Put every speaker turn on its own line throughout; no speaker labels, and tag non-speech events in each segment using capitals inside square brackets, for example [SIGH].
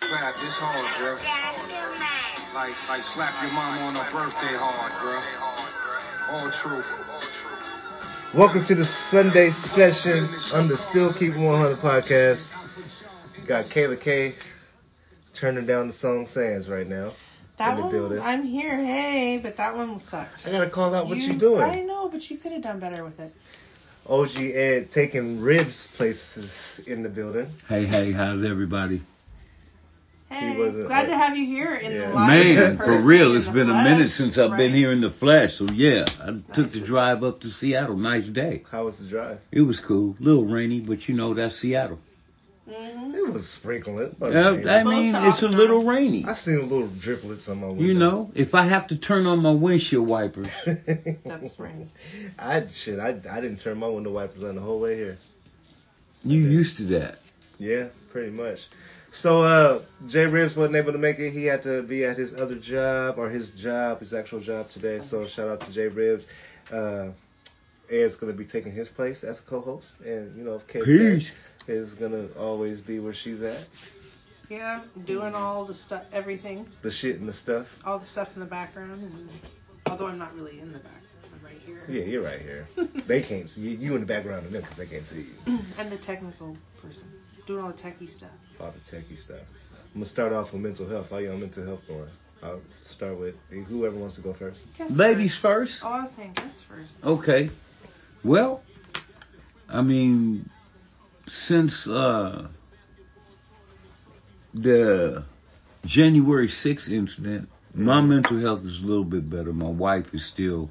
clap. It's hard, bro. Like, like slap your mama on her birthday hard, bro. All true.
Welcome to the Sunday session on the Still Keep It 100 podcast. Got Kayla K turning down the song Sands right now.
That
in the
one,
building.
I'm here, hey, but that one sucked.
I gotta call out what you,
I
doing.
know, but you could have done better with it.
OG Ed taking ribs places in the building.
Hey, hey, how's everybody?
Hey,
wasn't-
glad to have you here in
Yeah.
the live in
Man, for
person,
real,
in
it's
the
been a
flesh,
minute since I've been
right?
here in the flesh. So yeah, I took
nice,
the
isn't
drive up to Seattle. Nice day.
How was the drive?
It was cool, little rainy, but you know that's Seattle.
Mhm.
It was sprinkling. but
Uh, I
Close
mean,
to
it's a
Ottawa.
little rainy.
I seen little driplets on my window. [LAUGHS]
You know, if I have to turn on my windshield wipers,
That's right.
I shit. I, I didn't turn my window wipers on the whole way here.
you
Okay.
used to that.
Yeah, pretty much. So uh Jay Ribs wasn't able to make it. He had to be at his other job or his job, his actual job today. So shout out to Jay Ribs. Uh Ed's gonna be taking his place as a co-host, and you know if Kate
Peace.
is gonna always be where she's at,
Yeah, doing all the stuff, everything,
the shit and the stuff.
all the stuff in the background. And, although I'm not really in the back, I'm right here.
Yeah, you're right here. They can't see you. You in the background of them 'cause they can't see you.
I'm Mm-hmm. the technical person, doing all the techie stuff.
all the techie stuff. I'm gonna start off with mental health. How y'all mental health going? I'll start with whoever wants to go first.
Guess
Ladies
first.
first.
Oh, I was saying guess first.
Okay. Well, I mean, since uh, the January 6th incident, my mental health is a little bit better. My wife is still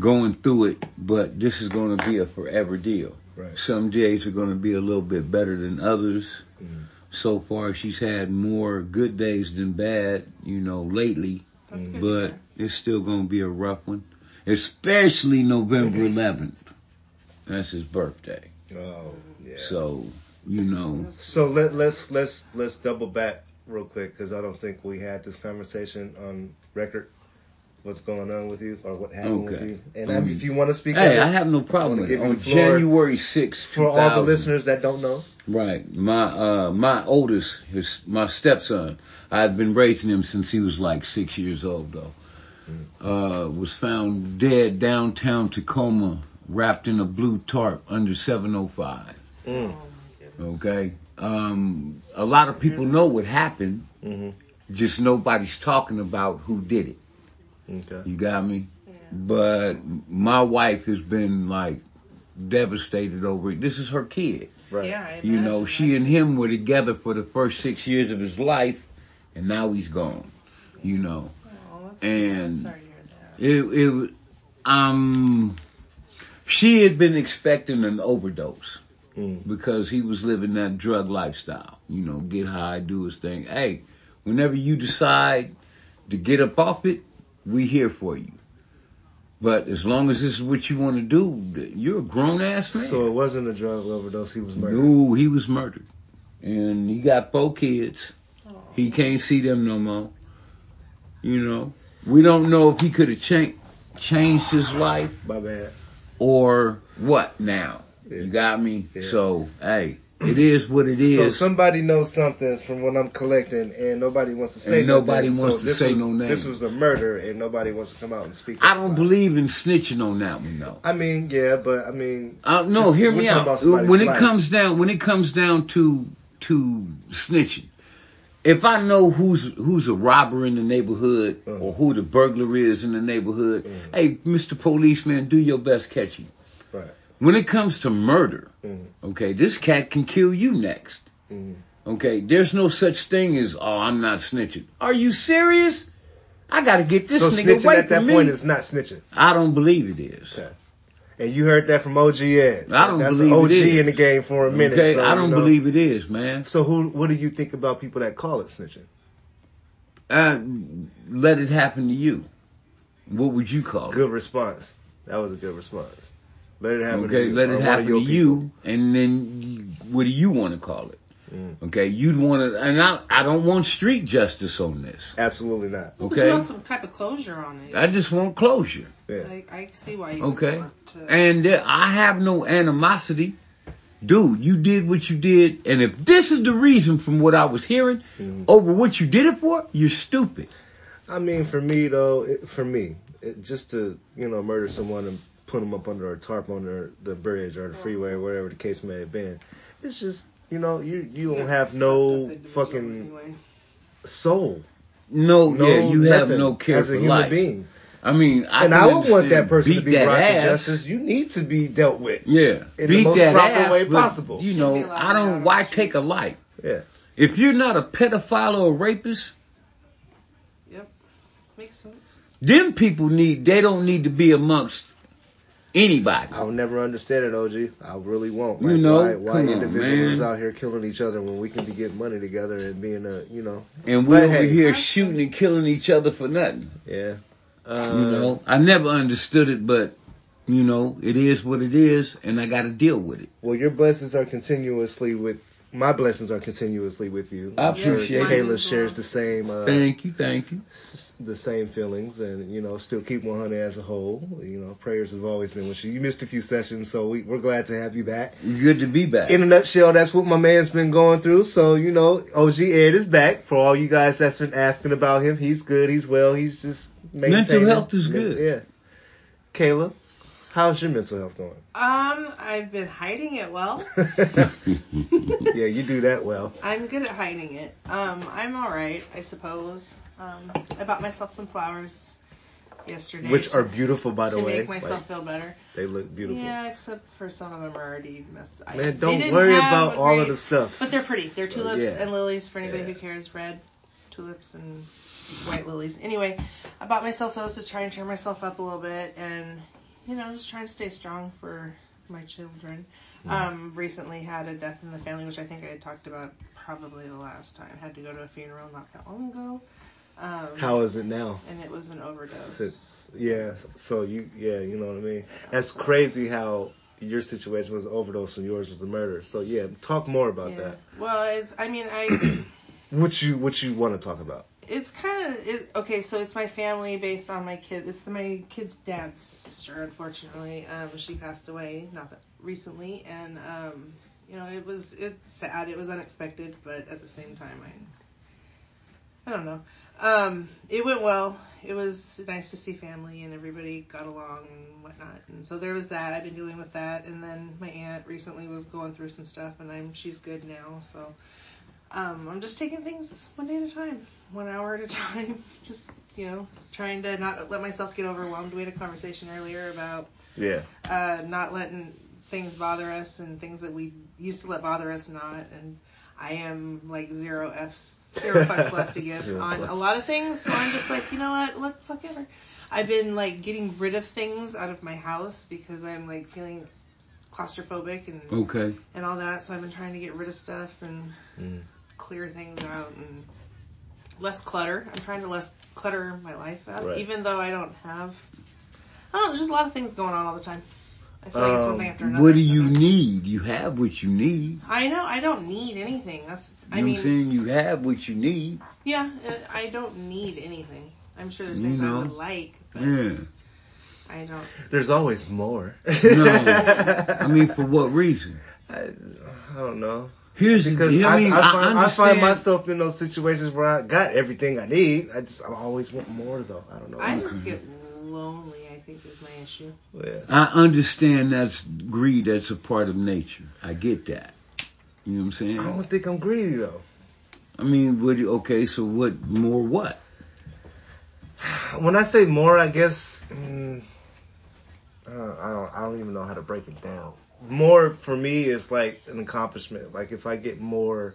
going through it, but this is going to be a forever deal.
Right.
Some days are going to be a little bit better than others.
Mhm.
So far, she's had more good days than bad, you know, lately
That's
Hmm.
good. to
but
hear.
it's still gonna be a rough one, especially November 11th. That's his birthday,
Oh, yeah.
so you know.
So let let's let's let's double back real quick because I don't think we had this conversation on record. What's going on with you or what happened with
Okay.
you? And
Um,
if you want to speak,
Hey,
up,
I have no problem
wanna
with
give
it.
you
On
the floor
January 6th,
for all the
2000,
listeners that don't know,
right? My uh, my oldest, his my stepson. I've been raising him since he was like six years old, though.
Hmm.
Uh, was found dead downtown Tacoma, wrapped in a blue tarp under 705.
mm.
Oh, my goodness.
Okay. Um, a lot of people know what happened,
mm-hmm.
just nobody's talking about who did it.
okay,
You got me?
Yeah.
But my wife has been like devastated over it. This is her kid.
right,
Yeah, I
You know,
imagine
she
that.
and him were together for the first six years of his life, and now he's gone. You know,
Oh, that's I'm
and-
sorry to hear that.
it, it, um, she had been expecting an overdose.
Mm.
because he was living that drug lifestyle. You know, get high, do his thing. Hey, whenever you decide to get up off it, we here for you. But as long as this is what you want to do, you're a grown ass man.
So it wasn't a drug overdose; he was murdered.
no, he was murdered, and he got four kids.
Aw.
He can't see them no more. You know, we don't know if he could have changed changed his life
My bad.
or what. Now,
Yeah.
you got me.
Yeah.
So, hey, it is what it is.
So somebody knows something from what I'm collecting, and nobody wants to say.
And nobody
nothing.
wants
so
to
this
say
was,
no name.
This was a murder, and nobody wants to come out and speak.
I
up
don't
about
believe in snitching on that one though.
It. I mean, yeah, but I mean,
Uh, no,
It's-
hear
we're
me
talking about
out.
somebody's
When it
life.
comes down, when it comes down to to snitching, if I know who's who's a robber in the neighborhood
Mhm.
or who the burglar is in the neighborhood,
Mhm.
hey, Mister Policeman, do your best catching.
Right.
When it comes to murder,
Mhm.
okay, this cat can kill you next.
mm,
Okay, there's no such thing as oh, I'm not snitching. Are you serious? I gotta get this
so
nigga
snitching
away
at that
from
point
me.
is not snitching.
I don't believe it is.
Okay. And you heard that from OG Ed.
I don't
That's
believe
an
it
OG
is.
in the game for a minute.
Okay,
so,
I
you
don't
know.
believe it is, man.
So who? What do you think about people that call it snitching?
Uh, let it happen to you. What would you call it?
Good response. That was a good response. Let it happen. to
Okay,
you,
let
or
it
one
happen
of
to
your
you, and then you- what do you want to call it?
people. Mm,
Okay, you'd want to, and I, I don't want street justice on this.
absolutely not.
Well, 'cause you
Okay.
want some type of closure on it.
I just want closure,
Yeah.
I, I see why you
Okay.
would want to.
and uh, I have no animosity dude, you did what you did, and if this is the reason from what I was hearing
Mhm.
over what you did it for, you're stupid.
I mean, for me though, it, for me, it, just to you know murder someone and put them up under a tarp on their, the bridge or the freeway, or whatever the case may have been, it's just you know you you don't have no fucking
Anyway.
soul.
No,
No,
Oh, yeah, you have
nothing
no care
as a
for
human
life.
being.
I mean, I
and
can
I would want
understand
that person to
beat
be
that
brought
ass.
to justice. You need to be dealt with.
Yeah,
in the
beat
most
that
proper
ass,
way
but,
possible.
You
Shouldn't be
know,
allowed
I
out on
don't.
the
Why take a
streets.
life?
Yeah.
If you're not a pedophile or a rapist,
Yep. Makes sense.
them people need. They don't need to be amongst anybody.
I'll never understand it, OG. I really won't.
You know,
why, why
come on,
individuals
man.
out here killing each other when we can be getting money together and being a, you know,
And we
But
over
hey.
here shooting and killing each other for nothing.
yeah. Uh,
you know, I never understood it, but you know, it is what it is, and I got to deal with it.
Well, your blessings are continuously with my blessings are continuously with you.
I
I'm sure
appreciate
it.
Kayla shares the same uh,
Thank you, thank you.
s- the same feelings, and you know, still keep 100 as a whole. You know, prayers have always been with you. You missed a few sessions, so we, we're glad to have you back.
Good to be back.
In a nutshell, that's what my man's been going through. So you know, OG Ed is back. For all you guys that's been asking about him, he's good. He's well. He's just maintaining.
health is
Men-
good.
Yeah. Kayla, how's your mental health going? [LAUGHS]
Um, I've been hiding it well.
yeah, you do that well.
I'm good at hiding it. Um, I'm all right, I suppose. Um, I bought myself some flowers yesterday.
Which
to-
are beautiful, by the
to
way.
make myself
Like,
feel better.
they look beautiful.
Yeah, except for some of them are already messed. I- they
Man, don't
didn't
worry
have
about
a
all
great-
of the stuff.
But they're pretty. They're tulips
yeah.
and lilies for anybody who
Yeah.
cares. Red tulips and white lilies. Anyway, I bought myself those to try and cheer myself up a little bit, and you know, just trying to stay strong for my children.
Mm-hmm.
Um, recently had a death in the family, which I think I had talked about probably the last time. Had to go to a funeral not that long ago. Um,
How is it now?
And it was an overdose.
Since, yeah, so you, yeah, you know what I mean. That's crazy how your situation was an overdose and yours was a murder. So yeah, talk more about
Yeah.
that.
Well, it's. I mean,
[CLEARS THROAT]
I.
What you, what you want to talk about?
it's kind of it, okay. So it's my family based on my kid. It's my kid's dad's sister. Unfortunately, um, she passed away not that recently, and um, you know it was it's sad. It was unexpected, but at the same time, I I don't know. Um, it went well. It was nice to see family and everybody got along and whatnot. And so there was that. I've been dealing with that, and then my aunt recently was going through some stuff, and I'm she's good now. So um, I'm just taking things one day at a time, one hour at a time. [LAUGHS] Just you know, trying to not let myself get overwhelmed. We had a conversation earlier about
Yeah,
uh, not letting things bother us and things that we used to let bother us not. And I am like zero F's, zero
[LAUGHS]
fucks left to give
Zero
on a
fucks.
lot of things. So I'm just like, you know what? What the fuck ever. I've been like getting rid of things out of my house because I'm like feeling claustrophobic and
Okay.
and all that. So I've been trying to get rid of stuff and
Mm.
clear things out and less clutter. I'm trying to less clutter my life up,
Right.
even though I don't have. I don't know. There's just a lot of things going on all the time. I feel like it's one
Um,
thing after another.
What do you need? You have what you need.
I know. I don't need anything. That's.
You
I
know
mean,
what I'm saying? You have what you need.
yeah. uh, I don't need anything. I'm sure there's
You
things
know.
I would like, but
Yeah.
I don't.
there's always more. [LAUGHS]
[LAUGHS] No. I mean, for what reason?
I, I don't know.
Here's the
Because
thing. I,
I,
mean,
I,
I
find, I,
understand.
find myself in those situations where I got everything I need. I just I always want more though. I don't know.
I just get lonely. I think is my
[COUGHS]
issue.
yeah.
I understand that's greed. That's a part of nature. I get that. You know what I'm saying?
I don't think I'm greedy though.
I mean, what? do- Okay, so what? More what?
When I say more, I guess mm, I don't, I don't. I don't even know how to break it down. More for me is like an accomplishment. Like if I get more,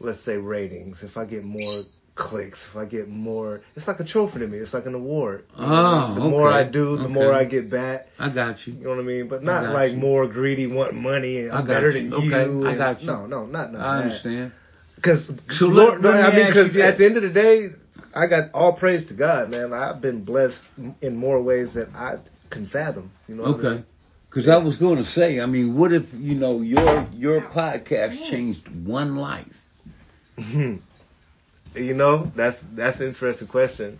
let's say ratings. If I get more clicks. If I get more, it's like a trophy to me. It's like an award. You know what I mean?
Oh,
the more
okay,
I do, the
okay.
more I get back.
I got
You
you.
know what I mean? But
I
not
got
like
you.
more greedy, want money, and
I
I'm
got
better
you.
than
Okay,
you.
I
and-
got you.
No, no, not none of
I
that.
understand.
Because
So
Lord,
let- let
I
me
mean,
ask
'cause
you this.
at the end of the day, I got all praise to God, man. I've been blessed in more ways than I can fathom. You know. what I
Okay.
mean?
Because I was going to say, I mean, what if you know your your podcast changed one life?
[LAUGHS] You know, that's that's an interesting question,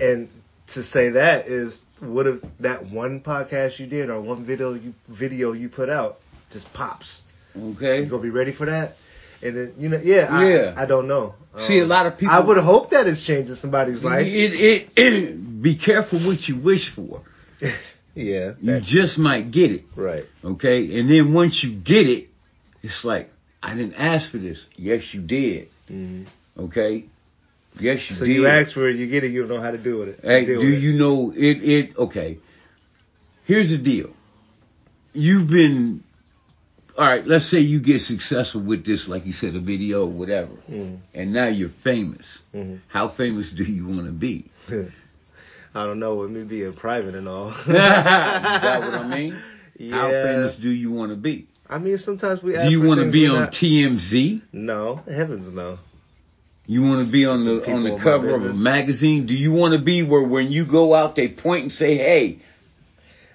and to say that is what if that one podcast you did or one video you video you put out just pops.
Okay.
You gonna be ready for that? And then you know, yeah, I,
Yeah.
I don't know. Um,
See, a lot of people-
I would hope that it's changing somebody's life.
It, it, [CLEARS THROAT] be careful what you wish for.
yeah,
You
that-
just might get it.
right.
Okay. And then once you get it, it's like, I didn't ask for this. Yes, you did.
Mhm.
Okay. Yes, you
So
did.
you ask for it, you get it, you don't know how to deal with it.
Hey,
deal
do
with it.
you know it? It okay. Here's the deal. You've been all right. Let's say you get successful with this, like you said, a video, whatever,
Mhm.
and now you're famous.
Mhm.
How famous do you want to be? [LAUGHS]
I don't know. With me being private and
[LAUGHS]
all. [LAUGHS]
you got what I mean? How
yeah.
famous do you want to be?
I mean, sometimes we.
Do you
want
want to be on TMZ?
No, heavens no.
You want to be on the
People
on the
want my
cover of a
business.
magazine? Do you want to be where when you go out they point and say, "Hey,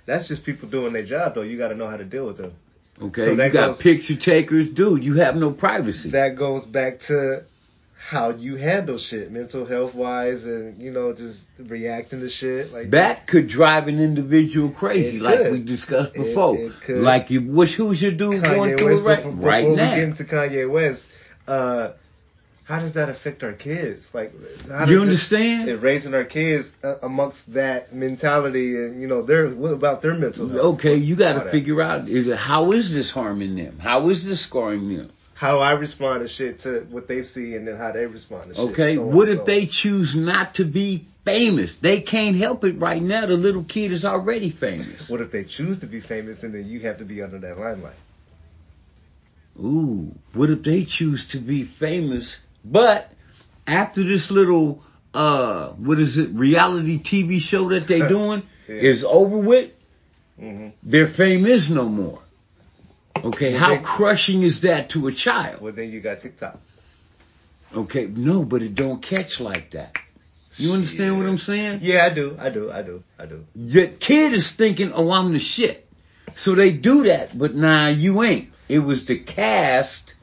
That's just people doing their job though. You got to know how to deal with them.
okay,
So
you
that
got
goes-
picture takers, dude. You have no privacy."
That goes back to how you handle shit, mental health wise, and you know just reacting to shit like
That could drive an individual crazy,
It
like
could.
we discussed
It-
before.
it could.
Like you, which who's your dude going
Kanye West.
through it right,
before, before
right
we
now?
get into Kanye West, uh, how does that affect our kids? Like, how does
you
it-
understand?
and raising our kids uh, amongst that mentality, and you know, their what about their mental health?
okay, you got
All
to
that.
figure out is it- how is this harming them? How is this scarring them?
How I respond to shit to what they see, and then how they respond to shit.
Okay,
so on
what
and so
if they
on.
choose not to be famous? They can't help it right now. The little kid is already famous.
What if they choose to be famous, and then you have to be under that limelight?
Ooh, what if they choose to be famous? But after this little uh, what is it? Reality TV show
[LAUGHS]
that they doing
Yeah.
is over with.
hmm
their fame is no more. Okay,
Well,
how
they-
crushing is that to a child?
Well, then you got TikTok.
Okay, no, but it don't catch like that. You understand what I'm saying?
Yeah, I do, I do, I do, I do.
The kid is thinking, "Oh, I'm the shit," so they do that. But nah, you ain't. It was the cast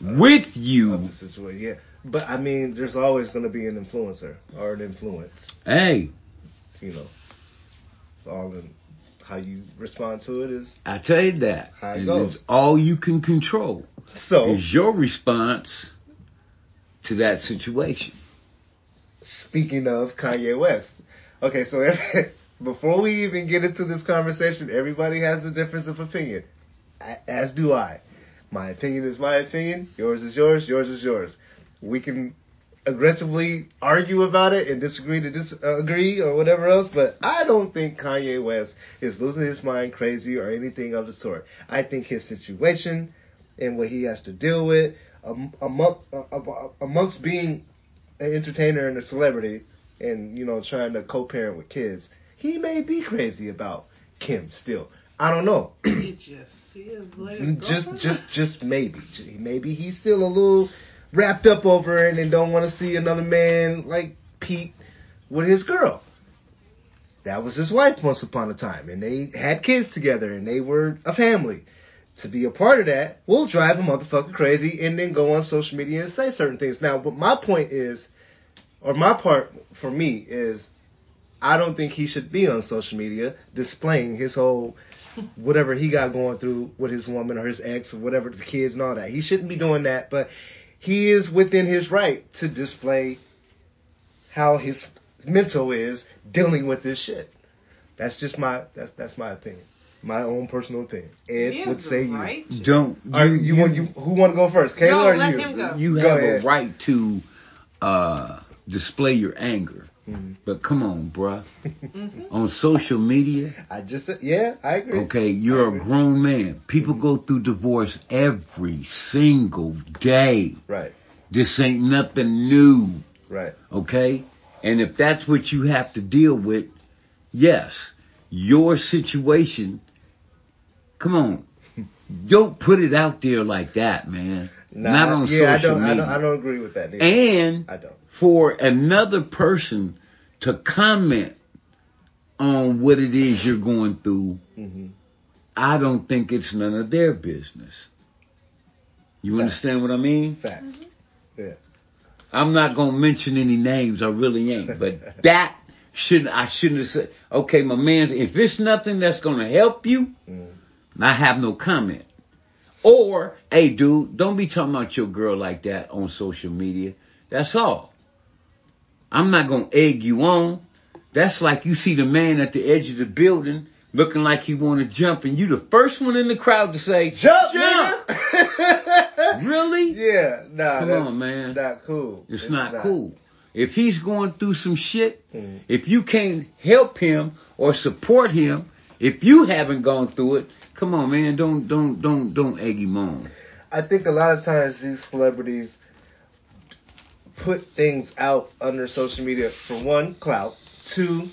with
Of
you.
the situation, yeah. But I mean, there's always gonna be an influencer or an influence.
Hey,
You know, it's all in how you respond to it is.
I tell you that.
How it
And
goes.
it's all you can control
So
is your response to that situation.
Speaking of Kanye West. Okay, so every, [LAUGHS] before we even get into this conversation, everybody has a difference of opinion, A- as do I. My opinion is my opinion, yours is yours, yours is yours. We can aggressively argue about it and disagree to disagree or whatever else, but I don't think Kanye West is losing his mind crazy or anything of the sort. I think his situation and what he has to deal with um, among, uh, uh, amongst being an entertainer and a celebrity and you know trying to co-parent with kids he may be crazy about kim still i don't know
Did you see his latest
just
girlfriend?
just just maybe J- maybe he's still a little wrapped up over it and don't want to see another man like pete with his girl that was his wife once upon a time and they had kids together and they were a family to be a part of that will drive a motherfucker crazy and then go on social media and say certain things now but my point is or my part for me is I don't think he should be on social media displaying his whole whatever he got going through with his woman or his ex or whatever the kids and all that. He shouldn't be doing that, but he is within his right to display how his mental is dealing with this shit. That's just my that's that's my opinion. My own personal opinion. Ed
He has
would
the
say
right to.
Don't
you. Are you, you, want you who want to go first? Kayla
No,
or
let
you?
him go.
you
Go
have
ahead.
a right to uh, display your anger.
Mhm.
But come on, bruh. On social media,
I just said- yeah, I agree.
okay, you're a grown man. People go through divorce every single day.
Right,
This ain't nothing new,
right.
okay? And if that's what you have to deal with, yes, your situation,
[LAUGHS]
come on. Don't put it out there like that, man. Not
I-
on
yeah,
social
I don't,
media.
I don't, I don't agree with that. Either.
and
I don't.
for another person to comment on what it is you're going through,
hmm
I don't think it's none of their business. You
Facts.
understand what I mean?
Facts.
I'm not gonna mention any names. I really ain't. But that should I shouldn't have said. Okay,
Mm-hmm.
my man. If it's nothing that's gonna help you,
Mm.
I have no comment. Or, hey, dude, don't be talking about your girl like that on social media. That's all. I'm not gonna egg you on. That's like you see the man at the edge of the building looking like he want to jump, and you the first one in the crowd to say,
Mm-hmm. Jump,
Jump!
[LAUGHS] nigga! [LAUGHS]
"Really?
yeah, nah,
Come
that's
on, man.
not Mm. cool.
It's, not, cool." If he's going through some shit, if you can't help him or support him, if you haven't gone through it, come on, man, don't don't don't don't egg him on.
I think a lot of times these celebrities put things out under social media for one, clout, two,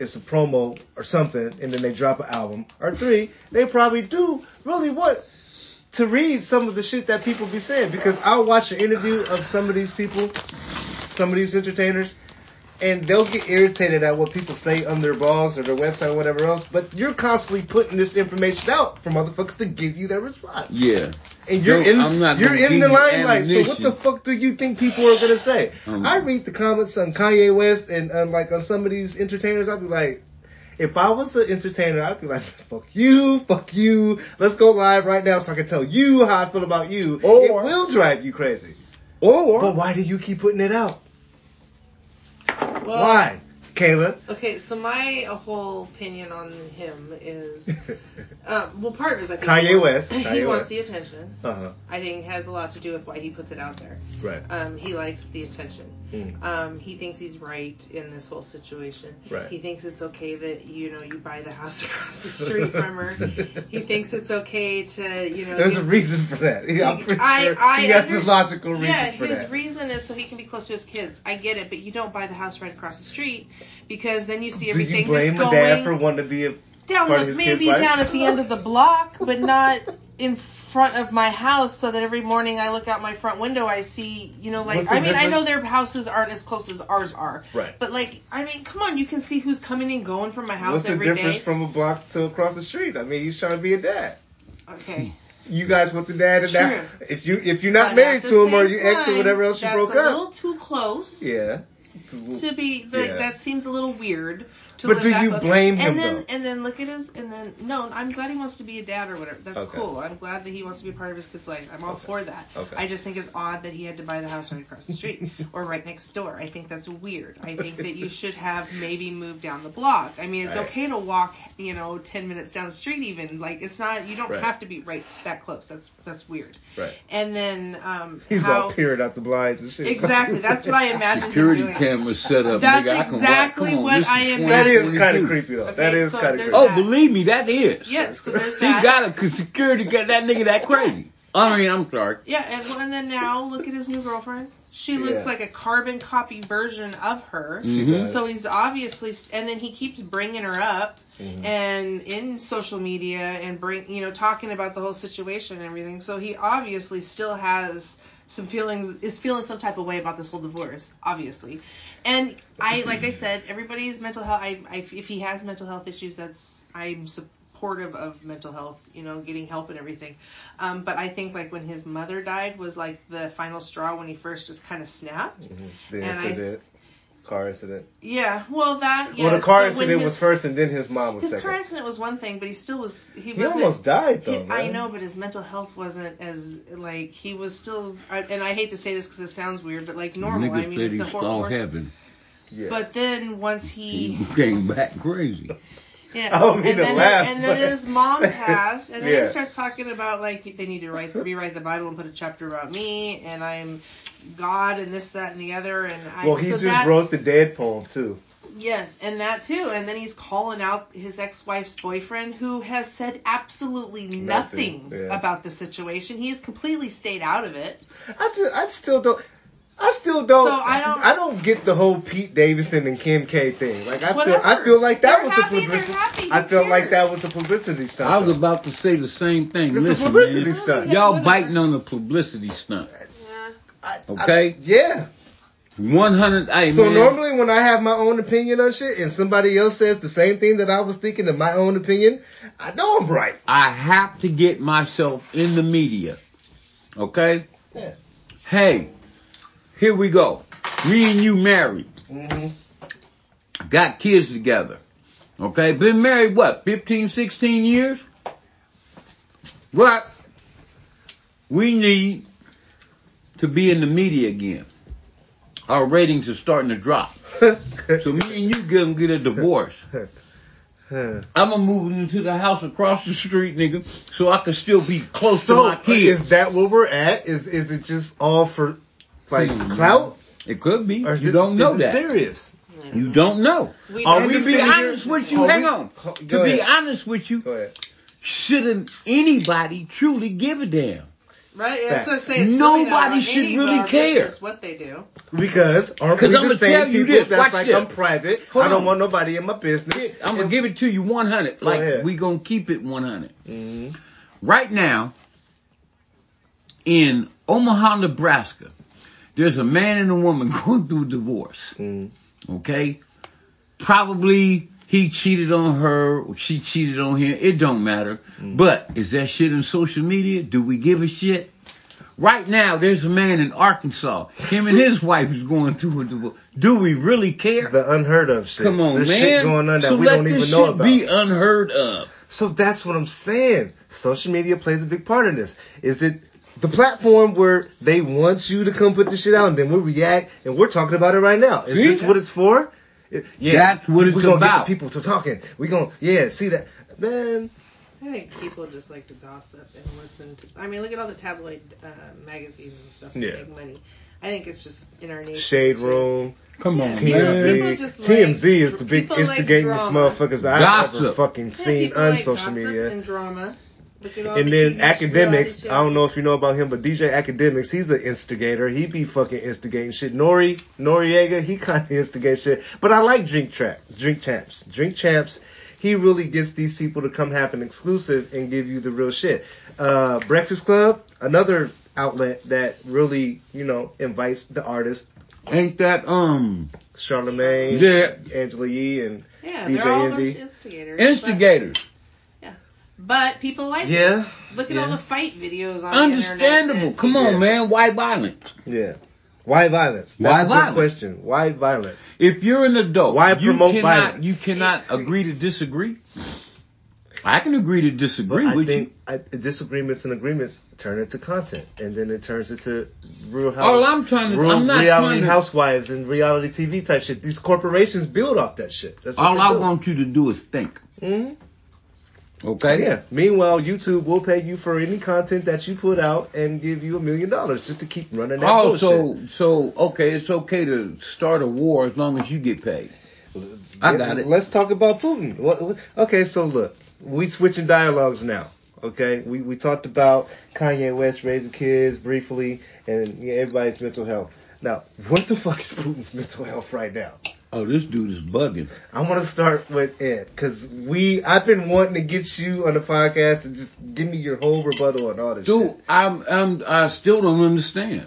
it's a promo or something, and then they drop an album, or three, they probably do really want to read some of the shit that people be saying because I'll watch an interview of some of these people, some of these entertainers. And they'll get irritated at what people say on their blogs or their website or whatever else, but you're constantly putting this information out for motherfuckers to give you their response.
Yeah.
And you're
Don't-
in,
I'm not
you're
gonna
in
give
the
you
limelight. So what the
ammunition.
fuck do you think people are gonna say?
Um,
I read the comments on Kanye West and um, like on some of these entertainers. I'd be like, if I was an entertainer, I'd be like, [LAUGHS] fuck you, fuck you. Let's go live right now so I can tell you how I feel about you. it
Or-
will drive you crazy.
Or
But why do you keep putting it out?
Well,
why, Kayla? [LAUGHS]
Okay, so my whole opinion on him
[LAUGHS]
is,
Uh-huh.
uh, well, part of it is I think
Kanye
he wants-
West,
He
Kanye
wants
West.
the attention.
uh huh.
I think it has a lot to do with why he puts it out there.
Right.
Um, he likes the attention.
Mm.
Um, he thinks he's right in this whole situation.
Right.
He thinks it's okay that you know you buy the
[LAUGHS]
house [LAUGHS] across the street from her. He thinks it's okay to you know.
There's
give-
a reason for that. Yeah, [LAUGHS] I'm
to-
pretty
I-
sure
I
he has a
under-
logical reason
yeah,
for
his
that.
reason is so he can be close to his kids. I get it, but you don't buy the house right across the street because then you see
do
everything
you blame
that's
the
going
dad for wanting to be a
down
part
the,
of his kid's
maybe
life?
down at the end of the block, but not in front of my house so that every morning I look out my front window I see, you know, like
What's the
I mean I
difference?
know their houses aren't as close as ours are.
Right.
But like I mean, come on, you can see who's coming and going from my
What's
house
the
every day.
difference from a block to across the street? I mean, he's trying to be a dad.
okay.
You guys want the dad and that.
True.
If you if you're not
But
married
at the
to him or
same
you ex or
time,
whatever else, you
that's
broke
a
up.
little too close.
yeah. It's a little-
to be like
Yeah.
that seems a little weird. To
But
live
do
that
you
look.
blame him,
And then
though?
and then look at his and then no, I'm glad he wants to be a dad or whatever. That's
Okay.
cool. I'm glad that he wants to be a part of his kid's life. I'm all
Okay.
for that.
Okay.
I just think it's odd that he had to buy the house right across the
[LAUGHS]
street or right next door. I think that's weird. I think that you should have maybe moved down the block. I mean, it's
Right.
okay to walk, you know, 10 minutes down the street even. Like it's not you don't
Right.
have to be right that close. That's that's weird.
Right.
And then um
He's
how
all peering out the blinds and shit.
Exactly. That's what I imagined him
security
doing.
camera set up.
That's
nigga, I can
exactly
watch. Come on,
what
this
I
is
am-
[LAUGHS] that is kind
2022.
of creepy though.
Okay,
that is
so
kind of
there's
creepy.
Oh, believe me, that is.
Yes, so there's
[LAUGHS] He
that.
got a security guard. That nigga that crazy. I mean, I'm sorry.
Yeah, and, well, and then now look at his new girlfriend. She looks
Yeah.
like a carbon copy version of her.
She
Mhm. does.
So he's obviously, and then he keeps bringing her up and in social media and bring, you know, talking about the whole situation and everything. So he obviously still has some feelings, is feeling some type of way about this whole divorce, obviously. And I, like I said, everybody's mental health. I, I if he has mental health issues, that's I'm supportive of mental health, you know, getting help and everything. Um, but I think like when his mother died was like the final straw when he first just kind of snapped.
the
And I-
incident. car incident.
Yeah, well that. Yes,
well, the car
but when
incident
his-
was first, and then his mom was
His
second.
car accident was one thing, but he still was. He,
he
wasn't,
almost died though.
he-
man.
I know, but his mental health wasn't as like he was still. I- And I hate to say this because it sounds weird, but like normal. I
Nigga
mean,
said he
it's a hor-
saw
horse.
heaven.
Yeah.
But then once he,
He [LAUGHS] came back crazy.
yeah,
[LAUGHS] I don't mean
and
to
then
laugh,
and then
but- [LAUGHS]
his mom passed, and then
Yeah.
he starts talking about like they need to write rewrite the Bible and put a chapter about me, and I'm God, and this, that, and the other, and I.
well, he
so
just
that-
wrote the dead poem too.
Yes, and that too. And then he's calling out his ex wife's boyfriend who has said absolutely nothing,
Nothing, yeah.
about the situation. He has completely stayed out of it.
I, just, I still don't. I still don't,
So I don't-
get the whole Pete Davidson and Kim K thing. Like I
Whatever.
feel, I feel like that
They're
was
happy,
a
they're
publicity.
happy, who
I feel like
cares?
that was a publicity stunt.
I was
though.
about to say the same thing.
It's a
Listen,
publicity
man.
stunt.
Y'all biting on the publicity stunt.
I- I-
Okay.
yeah.
100. Hey,
so
man.
normally when I have my own opinion on shit and somebody else says the same thing that I was thinking in my own opinion, I know I'm right.
I have to get myself in the media. Okay?
Yeah.
Hey, here we go. Me and you married. Mm-hmm.
[LAUGHS]
Got kids together. Okay? Been married what? 15, 16 years? What? We need to be in the media again. Our ratings are starting to drop.
[LAUGHS]
So me and you gonna get a divorce. I'ma move into the house across the street, nigga, so I can still be close
so,
to my kids.
is that where we're at? Is is it just all for like
Hmm.
clout?
It could be.
Or is
you
it,
don't know
is
that.
It serious?
You don't know.
We
Are
don't
we
to
know.
be
sitting here-
honest with you,
are
hang
we-
on.
Go
to
ahead.
be honest with you,
Go ahead.
shouldn't anybody truly give a damn?
right? Yeah, that's what I'm
Fact.
saying. It's
Nobody
really not
should
any of
really
our
care.
business What they do.
Because aren't we
'Cause
the
I'ma
same
tell you
people
this,
that's
watch
like
this.
I'm private.
Hold
I don't
on.
want nobody in my business.
I'm gonna give it to you 100.
Go
Like
ahead.
we gonna keep it 100.
Mhm.
Right now, in Omaha, Nebraska, there's a man and a woman [LAUGHS] going through divorce.
Mhm.
Okay, probably he cheated on her, or she cheated on him. It don't matter.
Mm.
But is that shit in social media? Do we give a shit? Right now, there's a man in Arkansas. Him and his wife is going through a divorce. Do we really care?
The unheard of shit.
Come on,
There's
man.
shit going on that
so
we
let
don't
this
even know
shit
about.
be unheard of.
So that's what I'm saying. Social media plays a big part in this. Is it the platform where they want you to come put this shit out and then we react and we're talking about it right now? Is
See?
this what it's for? It- Yeah,
That's what it's
we're gonna get
about.
the people to talking. We're gonna yeah, see that man.
I think people just like to gossip and listen. To, I mean, look at all the tabloid uh, magazines and stuff that
Yeah.
make money. I think it's just in our nature.
Shade
to-
Room,
Come on,
People-
man.
people
TMZ.
just like-
TMZ is the big,
people
it's the
like
gamest
drama.
motherfuckers I've ever
Gossip.
fucking
Yeah,
seen
people
on
like
social
gossip
media.
and drama. Look at all
And
the
then
TV
academics,
reality
I don't
shows.
know if you know about him, but DJ Academics, he's an instigator. He be fucking instigating shit. Nori Noriega, he [LAUGHS] kind of instigates shit. But I like Drink Trap, Drink Champs, Drink Champs. He really gets these people to come have an exclusive and give you the real shit. Uh, Breakfast Club, another outlet that really you know invites the artist
Ain't that um
Charlamagne,
Yeah.
Angela Yee, and
Yeah,
DJ
they're all
Envy.
those instigators. but-
instigators?
But people like it.
yeah,
Look at all the fight videos on the internet.
Understandable.
that
Come
Yeah.
on, man. Why violent?
yeah. Why violence? That's
Why
a good
violence?
question. Why violence?
If you're an adult,
Why
you
promote
cannot,
violence?
You cannot agree to disagree. I can agree to
But
disagree
I
with
think I, disagreements and agreements turn into content, and then it turns into real house,
All I'm trying to-
real
I'm not
reality
trying to-
housewives and reality TV type shit. These corporations build off that shit. That's
you.
what
All
they
I
do.
want you to do is think.
Mhm.
Okay.
Yeah. Meanwhile, YouTube will pay you for any content that you put out and give you a million dollars just to keep running that
Oh,
bullshit.
so so okay. It's okay to start a war as long as you get paid. I got it.
Let's talk about Putin. What- what- Okay, so look, we switching dialogues now. Okay, we we talked about Kanye West raising kids briefly, and yeah, everybody's mental health. Now, what the fuck is Putin's mental health right now?
Oh, this dude is bugging.
I want to start with Ed because we I've been wanting to get you on the podcast and just give me your whole rebuttal on all this
Dude,
shit
I'm, I'm I still don't understand.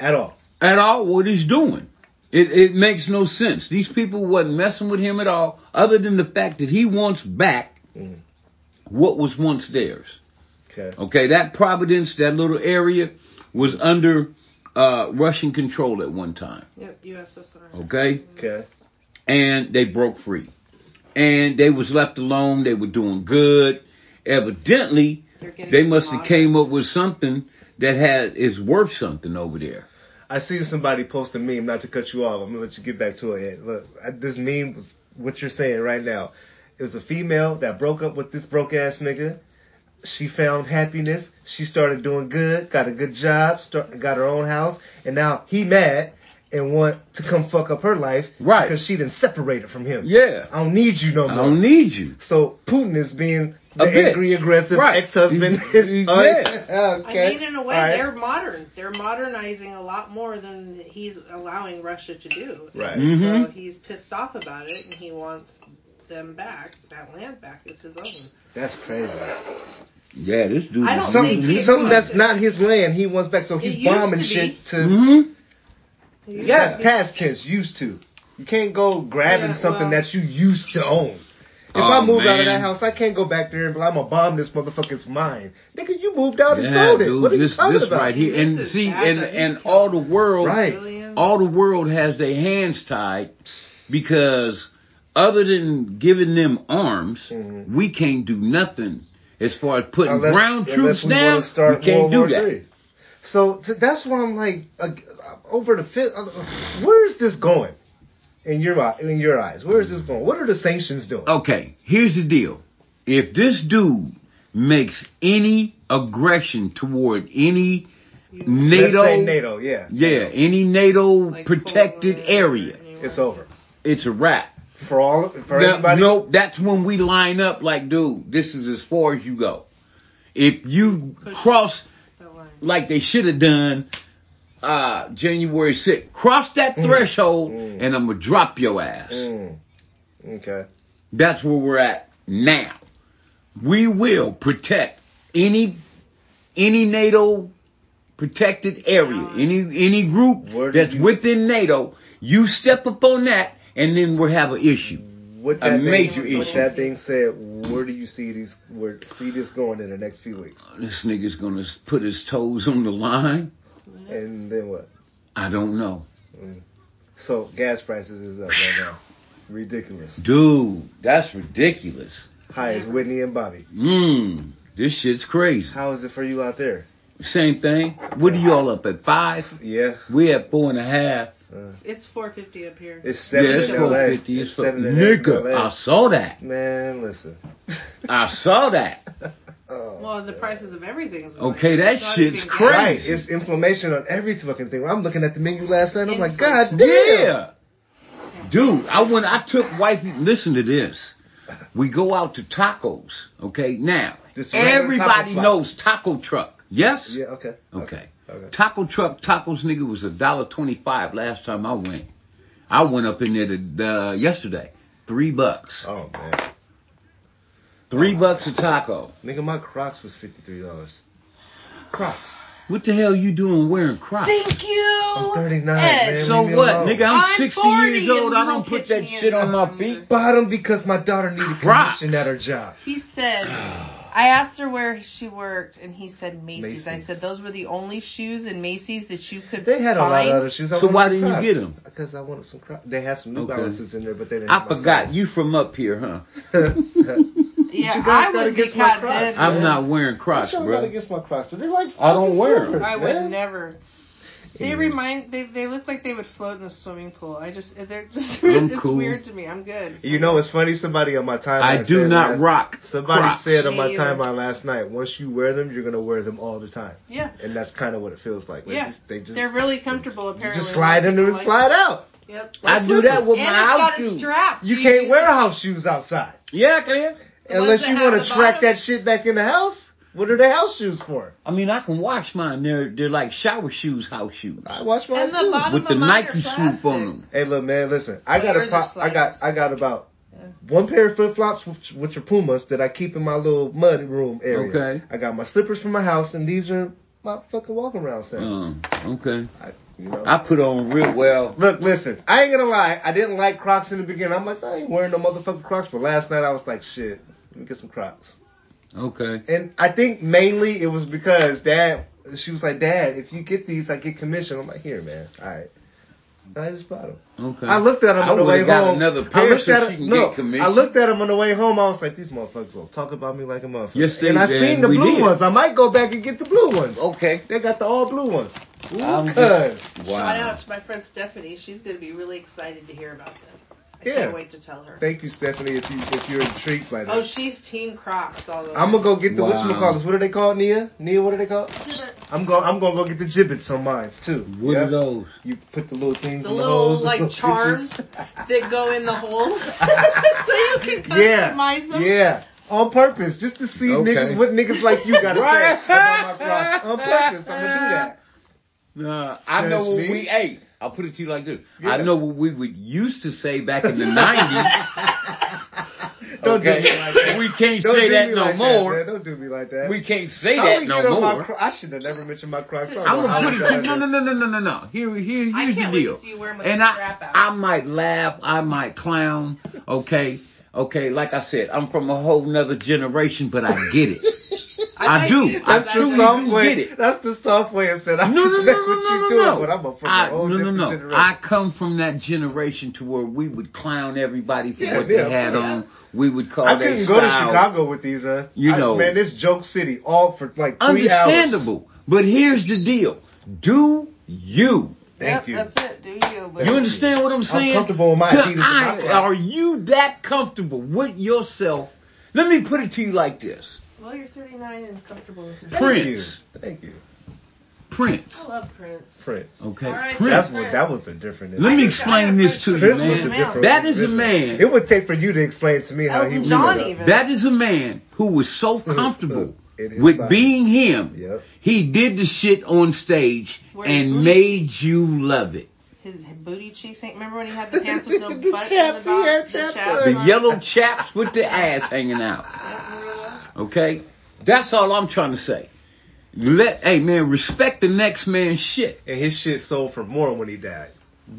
at all.
at all what he's doing. It it makes no sense. These people wasn't messing with him at all, other than the fact that he wants back
Mhm.
what was once theirs.
Okay.
Okay, that Providence, that little area, was under uh, Russian control at one time.
Yep, USSR.
Okay,
Okay.
and they broke free, and they was left alone. They were doing good. Evidently,
They're getting
they
some
must have
water.
came up with something that had is worth something over there.
I seen somebody post a meme. Not to cut you off, I'm gonna let you get back to it. Ed. Look, I, this meme was what you're saying right now. It was a female that broke up with this broke ass nigga. She found happiness. She started doing good. Got a good job. Start, got her own house. And now he mad and want to come fuck up her life.
Right.
Because she done separated from him.
Yeah,
I don't need you no
I
more.
don't need you.
so Putin is being the
A bitch.
angry, aggressive
Right. [LAUGHS]
ex-husband. [LAUGHS]
Yeah.
okay.
I mean, in a way,
All right.
they're modern. They're modernizing a lot more than he's allowing Russia to do.
Right.
And So
Mhm.
he's pissed off about it, and he wants them back. That land back is his own.
That's crazy.
Yeah, this dude.
I
is
don't
Some,
think he-
losing it.
something that's not his land, he wants back. So
It
he's
used
bombing
to be.
shit to.
Mhm.
He
That's
used to be-
past tense. Used to. You can't go grabbing
Yeah,
something
well-
that you used to own. If
Oh,
I move out of
man.
that house, I can't go back there and be like, I'm gonna bomb this motherfucker's mine. Nigga, you moved out and
Yeah,
sold it.
dude,
what are
this,
you talking
this
about?
right here, and
This is
see,
bad
and
that he's
and
killing
all the world,
Right.
Billions.
all the world has their hands tied because other than giving them arms,
Mhm.
we can't do nothing as far as putting
Unless-
ground
unless
troops
we wanna
down. We
start
can't
World
do
War
that.
Three. So th- that's where I'm like uh, over the fifth. Uh, where is this going? In your eye- in your eyes, where is this going? What are the sanctions doing?
Okay, here's the deal. If this dude makes any aggression toward any NATO,
Let's say NATO. Yeah,
yeah, any NATO
Like
protected
Poland or
area,
anywhere.
it's over
it's a wrap.
for all for
Now,
everybody.
nope, that's when we line up like, dude, this is as far as you go. If you
Push.
cross
That line.
like they should have done uh January 6th, cross that threshold
Mm.
and I'm gonna drop your ass.
Mm. Okay.
That's where we're at now. We will protect any any NATO protected area, any any group
Where do
that's
you-
within NATO. You step up on that, and then we'll have an issue.
With
A
that being-
major
With
issue.
that being said, where do you see these where see this going in the next few weeks?
This nigga's gonna s- put his toes on the line.
And then what?
I don't know,
So gas prices is up right now. Ridiculous.
dude. That's ridiculous.
Hi, it's Whitney and Bobby.
Mmm, this shit's crazy.
How is it for you out there?
Same thing. What are y'all up at five?
Yeah,
We at four and a half.
It's 450 up here.
it's seven
Yeah, it's
in LA.
four fifty.
It's seven in
Nigga,
LA.
I saw that.
Man, listen. [LAUGHS]
I saw that.
Oh,
well, the prices of everything is going
Okay,
up.
that
It's not
shit's
even gas.
crazy.
Right, it's inflammation on every fucking thing. I'm looking at the menu last night. I'm like, God damn.
Yeah. Dude, I went, I took wifey, listen to this. We go out to tacos, okay? Now,
Just a regular
everybody
taco spot.
knows taco truck, yes?
Yeah. Okay.
Okay.
Okay.
Taco truck tacos nigga was a dollar twenty five last time I went. I went up in there the, uh, yesterday. Three bucks.
Oh man,
Three bucks a taco.
nigga, my Crocs was fifty three dollars. Crocs.
What the hell you doing wearing Crocs?
Thank you.
I'm 39,
Ed.
man.
So
leave me
what,
alone.
nigga? I'm,
I'm
60
40
years
and
old. I
you
don't
don't
put
catch
that
me
shit on my
in-
feet.
Bottom because my daughter needed
Crocs.
commission at her job.
He said,
[SIGHS]
I asked her where she worked, and he said Macy's. I
Macy's.
said those were the only shoes in Macy's that you could
They had a lot
find.
of other shoes. I
So
wanted
why didn't you
Crocs.
get 'em?
Because I wanted some Crocs. They had some New
Okay.
Balances in there, but they didn't.
I
have my
forgot
size.
you from up here, huh?
Yeah,
guys
I
gotta
would
get some more
because
Crocs, man.
this.
I'm not wearing
What
Crocs,
y'all got
bro.
against my Crocs? They're like
I don't
fucking
wear 'em.
slippers,
I
man.
would never. They
Yeah.
remind they they look like they would float in a swimming pool. I just they're just [LAUGHS]
I'm
it's
cool.
weird to me. I'm good.
You know, it's funny. Somebody on my timeline.
I do
said
not
last-
rock.
Somebody
Crocs.
said on my
Me either.
timeline last night. Once you wear them, you're gonna wear them all the time,
Yeah.
and that's kind of what it feels like. They
Yeah.
just, they just
They're really comfortable
you
apparently.
just slide in
People
and
like-
slide out.
Yep.
I do that
And
with my
it's got
house
a
shoes.
strap.
You
Do
can't
use
wear
the-
house shoes outside
Yeah, clear.
The ones
unless
that
you
have
want to
the
track
bottom?
that shit back in the house. What are the house shoes for?
I mean, I can wash mine. They're they're like shower shoes, house shoes
I wash my
And
shoes.
the bottom
with
of
the
mine are
Nike swoop
plastic.
on them.
Hey, look, man, listen. I
Well,
got a
yours are
pro- I got
sliders.
I got about
Yeah.
one pair of flip flops, which, which are Pumas, that I keep in my little mud room area.
Okay.
I got my slippers from my house, and these are my fucking walk around sandals.
Um, okay.
I, you know.
I put on real well.
Look, listen. I ain't gonna lie. I didn't like Crocs in the beginning. I'm like, I ain't wearing no motherfucking Crocs. But last night I was like, shit, let me get some Crocs.
Okay.
And I think mainly it was because dad, she was like, Dad, if you get these, I get commission. I'm like, here, man. All right. And I just bought them.
Okay.
I looked at him
I
on the
would've
way
got
home.
another
I
pair
looked
so
at
she
him.
can
No,
get commission.
I looked at him on the way home. I was like, these motherfuckers will talk about me like a motherfucker.
Yes, they
and I
did.
seen the
We
blue
did.
ones. I might go back and get the blue ones.
Okay.
They got the all blue ones. Ooh,
I'm
cuz.
just-
Shout out
wow.
to my friend Stephanie. She's going to be really excited to hear about this. I
Yeah.
can't wait to tell her.
Thank you, Stephanie, if you if you're intrigued by this.
Oh, she's Team Crocs all the way.
I'm gonna go get the
Wow.
whatchamacallits. What are they called, Nia? Nia, what are they called?
the
I'm gonna I'm gonna go get the gibbets on mine too.
What
Yep.
are those?
You put the little things in the
little
holes, the
like
little
charms
bitches.
that go in
[LAUGHS]
the holes, [LAUGHS] so you can
Yeah,
customize them.
[LAUGHS] yeah. On purpose, just to see
Okay.
niggas what niggas like you gotta
Right.
say about my product. On purpose, I'm gonna do that.
Nah, I
Judge
know what
me.
we ate. I'll put it to you like this. I
Yeah.
know what we would used to say back
[LAUGHS]
in the nineties. [LAUGHS]
Don't
okay.
do me like that.
We can't
Don't
say
do
that
me
no
like
more.
That, man. Don't do me like that.
We can't say
How
that
we
no
get on my
more.
Cro- I should have never mentioned my Crocs. I
I'm
don't
gonna
know
put it
how
to no no no no no no no. Here here
I
here's the
can't wait
deal.
to see you wear them with
And
the
I
strap out.
I might laugh, I might clown, okay. Okay, like I said, I'm from a whole nother generation, but I get it. [LAUGHS] I
might
do.
be-
I
That's
I
truly
the
do.
soft way.
get it.
That's the soft way of saying [LAUGHS] I
No, no, no,
respect
no,
what
no,
you
no,
doing,
no.
but I'm a from
I,
a whole
no, no,
different
no.
generation.
I come from that generation to where we would clown everybody for
Yeah,
what
yeah,
they had
of course.
on. We would call
I
their
couldn't go to
style
Chicago with these, uh.
You
I-
know.
man, this joke city all for like three hours.
understandable. But here's the deal: do you?
Thank you.
That's it. Do you? But
You understand what I'm saying?
comfortable in my
Do
Adidas and my
I-
Crocs.
are you that comfortable with yourself? Let me put it to you like this:
Well, you're 39 and comfortable with yourself.
Thank
Prince.
you. Thank you.
Prince.
I love Prince.
Prince.
Okay,
All right.
That's
Prince.
what that was a different.
Let
I
me
just- I had
explain this to you,
Prince was a
man.
different.
That is a
individual.
man.
It would take for you to explain to me how he
Elton
was.
John
made up.
even.
That is a man who was so comfortable
In his
with
body.
being him.
Yep.
He did the shit on stage
Where he
and
bleached.
made you love it.
His booty cheeks. ain't- Remember when he had the pants with no
[LAUGHS] The
butt in the bottom?
chaps, he had chaps on.
The
on?
yellow chaps with the ass hanging out.
Uh,
Okay? That's all I'm trying to say. Let hey man, respect the next man's shit.
And his shit sold for more when he died.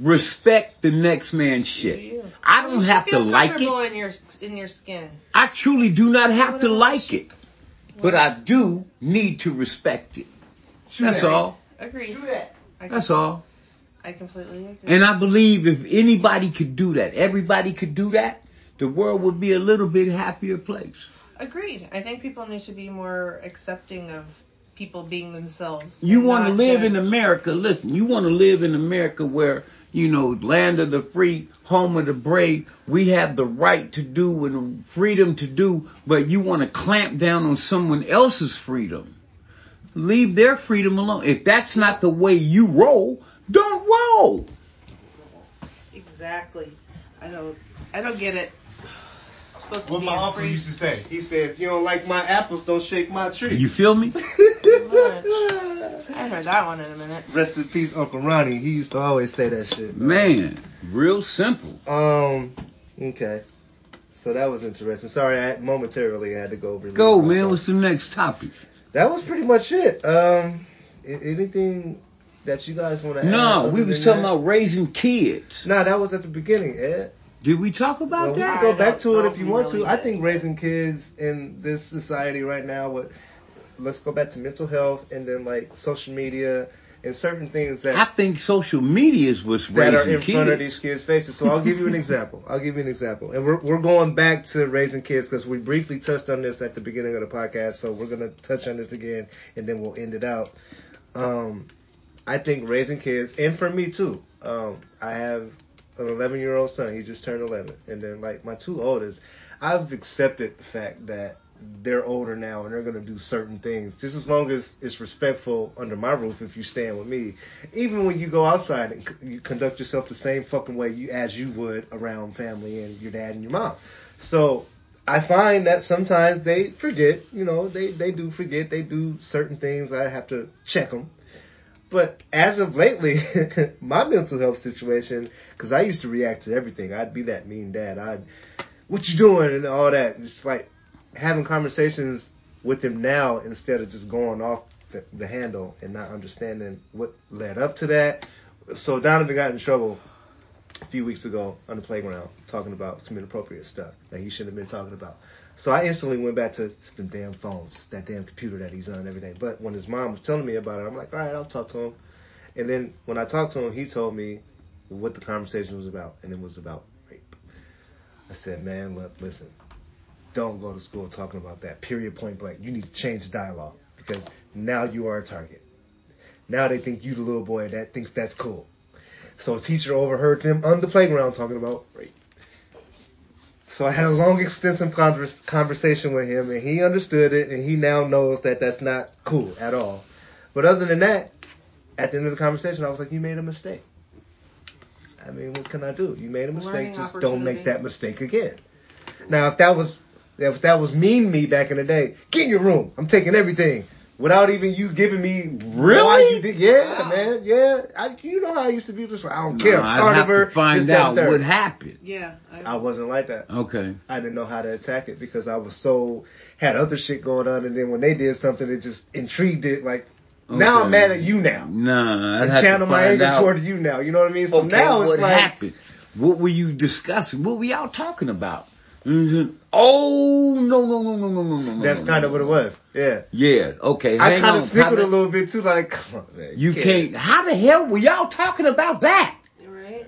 Respect the next man's shit. I
You
don't
should
have to
feel
like
comfortable
it.
in your in your skin.
I truly do not have to
What
like it. But I do need to respect it. That's all.
Agree. I,
That's all.
I completely agree.
And I believe if anybody could do that, everybody could do that, the world would be a little bit happier place.
Agreed. I think people need to be more accepting of people being themselves.
You
and
want to
not
live in
judged.
America, listen, you want to live in America where, you know, land of the free, home of the brave, we have the right to do and freedom to do, but you want to clamp down on someone else's freedom. Leave their freedom alone. If that's not the way you roll, don't roll.
Exactly. I don't. I don't get it. I'm supposed to
What
be
my
a
uncle
free-
used to say. He said, "If you don't like my apples, don't shake my tree."
You
[LAUGHS]
feel me?
I haven't heard that one in a minute.
Rest in peace, Uncle Ronnie. He used to always say that shit.
Man, real simple.
Um. Okay. So that was interesting. Sorry, I momentarily had to go. relieve
Go,
myself.
man. What's the next topic?
That was pretty much it. Um. a- Anything that you guys want to? add
No,
other
we was
than
talking
that?
about raising kids.
No, that was at the beginning, Ed.
Did we talk
Well,
about
we can
that?
go
I
back
don't
to
know
it
if
if you
we
want
really
to. I
did.
think raising kids in this society right now, what let's go back to mental health and then like social media and certain things that
I think social medias was
that are
raising
in
kids.
front of these kids' faces. So I'll give you an example. I'll give you an example, and we're we're going back to raising kids because we briefly touched on this at the beginning of the podcast. So we're gonna touch on this again, and then we'll end it out. Um, I think raising kids, and for me too. Um, I have an 11 year old son. He just turned 11, and then like my two oldest, I've accepted the fact that they're older now and they're gonna do certain things. Just as long as it's respectful under my roof, if you stand with me, even when you go outside and c- you conduct yourself the same fucking way you as you would around family and your dad and your mom. So I find that sometimes they forget. You know, they they do forget. They do certain things. I have to check them. But as of lately, [LAUGHS] my mental health situation, because I used to react to everything. I'd be that mean dad. I'd, what you doing and all that. It's like having conversations with them now instead of just going off the, the handle and not understanding what led up to that. So Donovan got in trouble a few weeks ago on the playground talking about some inappropriate stuff that he shouldn't have been talking about. So I instantly went back to "It's them damn phones, that damn computer that he's on every day. But when his mom was telling me about it, I'm like, all right, I'll talk to him. And then when I talked to him, he told me what the conversation was about, and it was about rape. I said, man, look, listen, don't go to school talking about that. Period, point blank. You need to change the dialogue because now you are a target. Now they think you the little boy that thinks that's cool. So a teacher overheard them on the playground talking about rape. So I had a long, extensive convers- conversation with him, and he understood it, and he now knows that that's not cool at all. But other than that, at the end of the conversation, I was like, "You made a mistake." I mean, what can I do? You made a mistake.
Learning
Just don't make
opportunity.
that mistake again. Now, if that was if that was mean me back in the day, get in your room. I'm taking everything without even you giving me
Really?
why you did. Yeah, man. Yeah, I, you know how I used to be. Just like, I don't care.
Nah,
I'm
I'd
tired of
have
her.
to find
this, that,
out
and third.
what happened.
Yeah. I,
I wasn't like that.
Okay.
I didn't know how to attack it because I was so had other shit going on, and then when they did something, it just intrigued it. Like now,
Okay.
I'm mad at you now.
Nah, I'd
And
have
channel
to
my
find
anger
out.
toward you now. You know what I mean? So
okay,
now it's
what
like
happened? What were you discussing? What were y'all talking about? Mhm. Oh no no no no no no no. no,
that's
no,
kind of
no.
what it was. Yeah,
Yeah. Okay.
I
hang
kind
on.
of snickered
How
a
the-
little bit too. Like, come on, man,
You can't. How the hell were y'all talking about that?
right.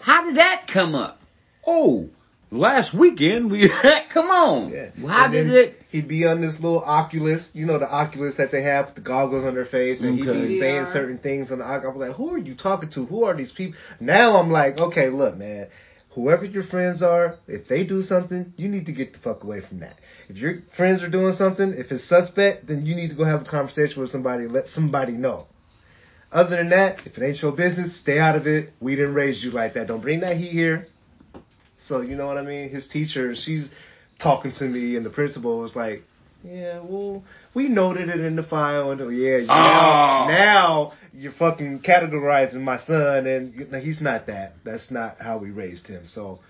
How did that come up? Oh, Last weekend we [LAUGHS] come on.
Yeah.
How
And
did
then
it?
He'd be on this little Oculus, you know, the Oculus that they have with the goggles on their face, and he'd
Okay.
be saying
VR.
certain things on the Oculus. I'm like, who are you talking to? Who are these people? Now I'm like, okay, look, man. Whoever your friends are, if they do something, you need to get the fuck away from that. If your friends are doing something, if it's suspect, then you need to go have a conversation with somebody and let somebody know. Other than that, if it ain't your business, stay out of it. We didn't raise you like that. Don't bring that heat here. So you know what I mean? His teacher, she's talking to me, and the principal was like, "Yeah, well, we noted it in the file, and oh, yeah, you now,
Oh.
now you're fucking categorizing my son, and you know, he's not that. That's not how we raised him." So.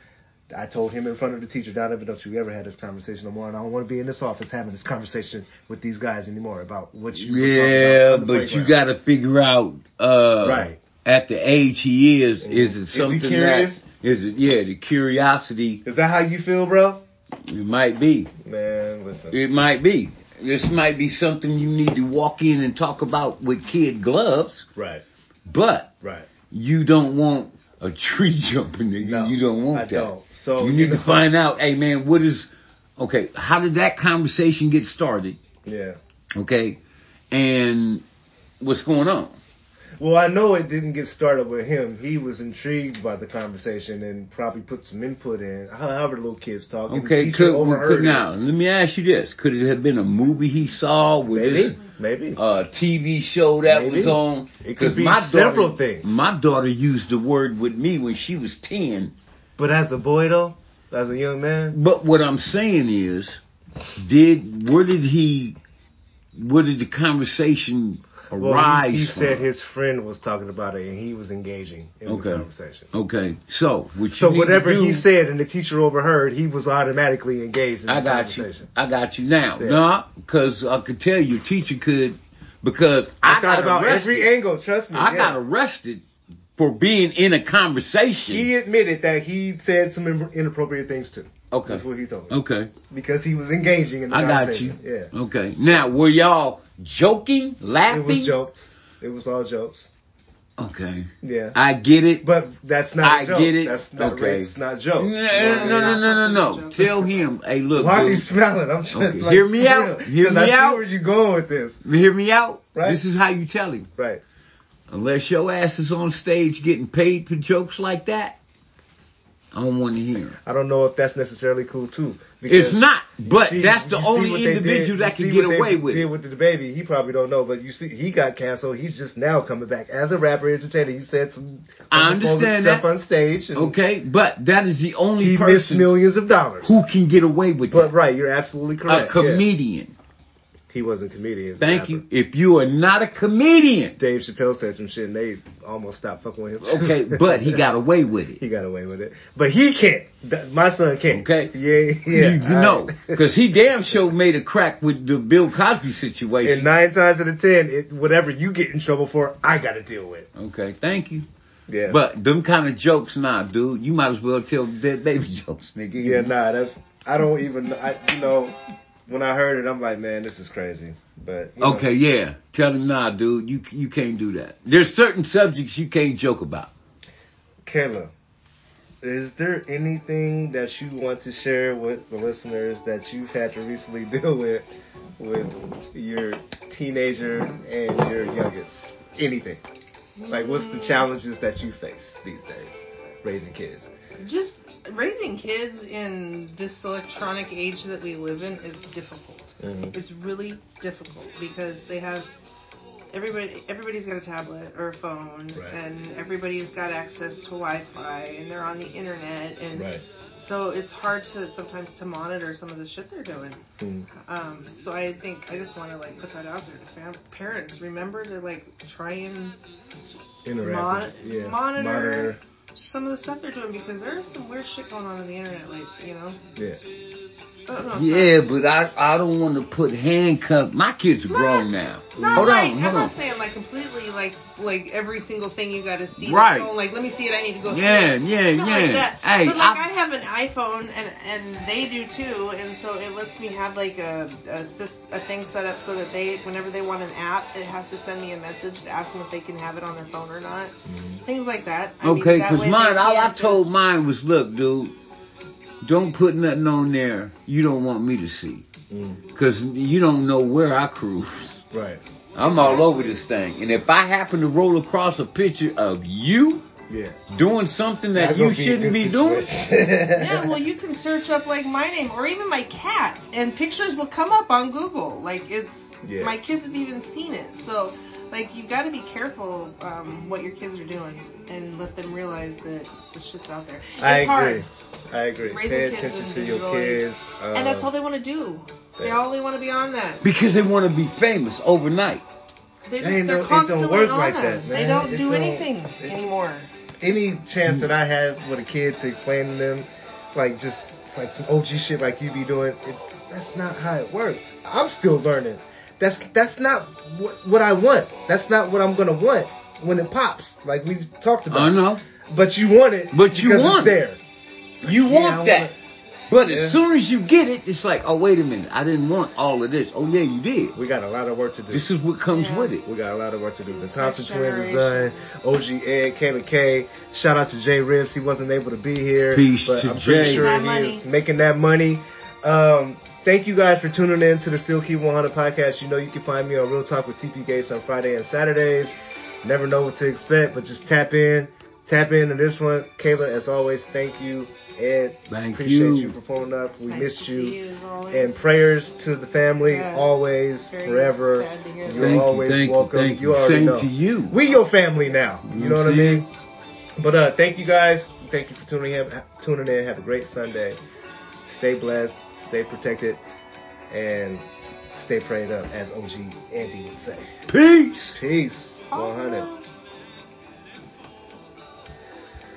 I told him in front of the teacher, Donovan, don't you ever have this conversation no more, and I don't want to be in this office having this conversation with these guys anymore about what you. were talking about
Yeah,
on the
but you
playground."
got to figure out. Uh,
Right. Mm-hmm.
At the age he is, is
Is he
it something
curious?
that is it? Yeah, the curiosity.
Is that how you feel, bro?
It might be.
Man, listen.
It might be. This might be something you need to walk in and talk about with kid gloves,
Right,
but
right.
you don't want a tree [LAUGHS] jumping nigga.
No,
you don't
I
want that.
don't. So
you need
know-
to find out, hey man, what is okay, how did that conversation get started?
Yeah.
Okay? And what's going on?
Well, I know it didn't get started with him. He was intrigued by the conversation and probably put some input in. How- However, the little kids talk. and the
Okay,
teacher
could,
Um, overheard
could
it.
now let me ask you this. Could it have been a movie he saw with this
Maybe, maybe.
uh, TV show that
Maybe.
was on.
It could
'Cause
be
my
several
daughter-
things.
My daughter used the word with me when she was 10.
but as a boy, though, as a young man,
But what I'm saying is, did where did he, where did the conversation
well,
arise?
he, he said
from?
his friend was talking about it and he was engaging in
Okay.
the conversation.
Okay, so what you
So
need to
whatever
do-
he said and the teacher overheard, he was automatically engaged in the
I got you.
conversation.
I got you now.
Yeah.
Nah, because I could tell you, teacher could, because I,
got
got,
about
arrested.
every angle. Trust me.
I
yeah.
got arrested for being in a conversation.
He admitted that he said some in- inappropriate things too.
Okay.
That's what he told me.
Okay.
because he was engaging in the
I got you.
conversation. Yeah.
Okay. Now, were y'all joking, laughing?
It was jokes. It was all jokes.
Okay.
Yeah.
I get it.
but that's not a
I
joke.
get it.
That's not
Okay.
it's not a joke.
No, no, no, no, no, no. Tell him, hey, look,
Why are you
dude,
smiling? I'm trying
Okay.
like,
Hear me out.
yeah,
Hear
'cause
me
I see
out.
where you going with this.
hear me out.
Right.
This is how you tell him.
Right.
Unless your ass is on stage getting paid for jokes like that, I don't want to hear. 'em.
I don't know if that's necessarily cool too.
It's not,
you
but
see-
that's the
you see what
only
they did- you
individual that can
see
get
what they
away with
Did
it.
with the baby, he probably don't know, but you see, he got canceled. He's just now coming back as a rapper entertainer. He said some
I
homophobic
understand
stuff
that.
on stage. And
Okay, but that is the only
he missed
person
millions of dollars.
who can get away with
But
it.
right, you're absolutely
A
correct. yeah.
comedian.
He wasn't a comedian.
Thank
rapper.
you. If you are not
[LAUGHS]
a comedian,
Dave Chappelle said some shit and they almost stopped fucking with him. [LAUGHS]
okay, but he got away with it.
he got away with it. But he can't. Th- My son can't.
Okay.
Yeah, yeah.
you, you
all
know,
right. [LAUGHS]
because he damn sure made a crack with the Bill Cosby
And
situation.
nine times out of ten, it, whatever you get in trouble for, I gotta deal with.
okay, thank you.
Yeah.
But them kind of jokes, nah, dude. You might as well tell dead baby jokes, nigga.
yeah, nah, that's, I don't even, I, you know, when I heard it, I'm like, man, this is crazy. But, you know,
Okay, yeah. Tell him, nah, dude. You you can't do that. There's certain subjects you can't joke about.
Kayla, is there anything that you want to share with the listeners that you've had to recently [LAUGHS] deal with with your teenager and your youngest? Anything? Like, what's
Mm.
the challenges that you face these days raising kids?
Just raising kids in this electronic age that we live in is difficult.
Mm-hmm.
It's really difficult because they have everybody everybody's got a tablet or a phone
Right.
and everybody's got access to Wi-Fi and they're on the internet and
Right.
so it's hard to sometimes to monitor some of the shit they're doing.
Mm.
Um, so I think I just want to like put that out there to fam- parents. Remember to like try and Mon- monitor. some of the stuff they're doing because there is some weird shit going on on the internet. Like you know,
Yeah.
I don't know. it's
Yeah, but I I don't want to put handcuff. My kids are
Not,
grown now.
Not
hold
like,
on,
I'm
hold
not
on.
saying like completely like like every single thing you got to see.
Right.
Oh, like let me see it. I need to go. see
Yeah,
it.
yeah,
Not Like
yeah.
that.
Hey,
but like
I-
I, have an iPhone and and they do too, and so it lets me have like a a, sys- a thing set up so that they whenever they want an app, it has to send me a message to ask them if they can have it on their phone or not. Things like that. I mean,
Mm-hmm. Okay,
that
because
way they
mine, all I
can't
told
just-
mine was, look, dude, Don't put nothing on there you don't want me to see.
Mm.
Because you don't know where I cruise.
Right.
I'm all over this thing. And if I happen to roll across a picture of you
Yeah.
doing something that you shouldn't be doing,
Yeah, well, you can search up like my name or even my cat, and pictures will come up on Google. Like it's
Yeah.
my kids have even seen it. So like you've got to be careful um, what your kids are doing and let them realize that the shit's out there.
[LAUGHS]
It's
I
hard,
agree. I agree.
Raising
Pay
kids
attention
in
to your
digital age.
kids. Uh,
and that's all they want to do. They
yeah.
all they want to be on that.
because they want to be famous overnight.
They
It
just,
ain't
they're
no- it don't
constantly
work
on
like
us.
that,
They
man.
don't
It
do
don't-
anything
it-
anymore.
any chance
Hmm.
that I have with a kid to explain to them, like just like some OG shit like you be doing, it's that's not how it works. I'm still learning. That's that's not what, what I want. That's not what I'm gonna want when it pops. Like we've talked about.
I know.
But you want it.
But you
because
want
it's there.
You
Yeah, I
want
want
that.
it.
But
Yeah.
as soon as you get it, it's like, oh, wait a minute. I didn't want all of this. Oh, yeah, you did.
We got a lot of work to do.
This is what comes
Yeah.
with it.
We got a lot of work to do. The
Next
Thompson Twins is done.
generation.
OG Ed, Kayla K. Shout out to Jay Ribs. He wasn't able to be here.
Peace
but
to
I'm pretty
Jay.
sure
That
he
money.
is making that money. Um, thank you guys for tuning in to the Still Key 100 podcast. You know you can find me on Real Talk with TP Gates on Friday and Saturdays. Never know what to expect, but just tap in. Tap into this one. Kayla, as always, thank you. Ed,
Thank
appreciate you.
you.
for pulling up. We
Nice
missed
to
you.
see as always.
And prayers to the family,
Yes.
always,
Very
forever.
sad to hear
You're
that.
Thank you,
always
thank you,
welcome.
thank
you
you.
already
Same
know.
to you.
We your family now. You, know what I mean? But uh, thank you guys. Thank you for tuning in. Tuning in. Have a great Sunday. Stay blessed. Stay protected. And stay prayed up, as OG Andy would say.
Peace.
Peace. 100.
Oh.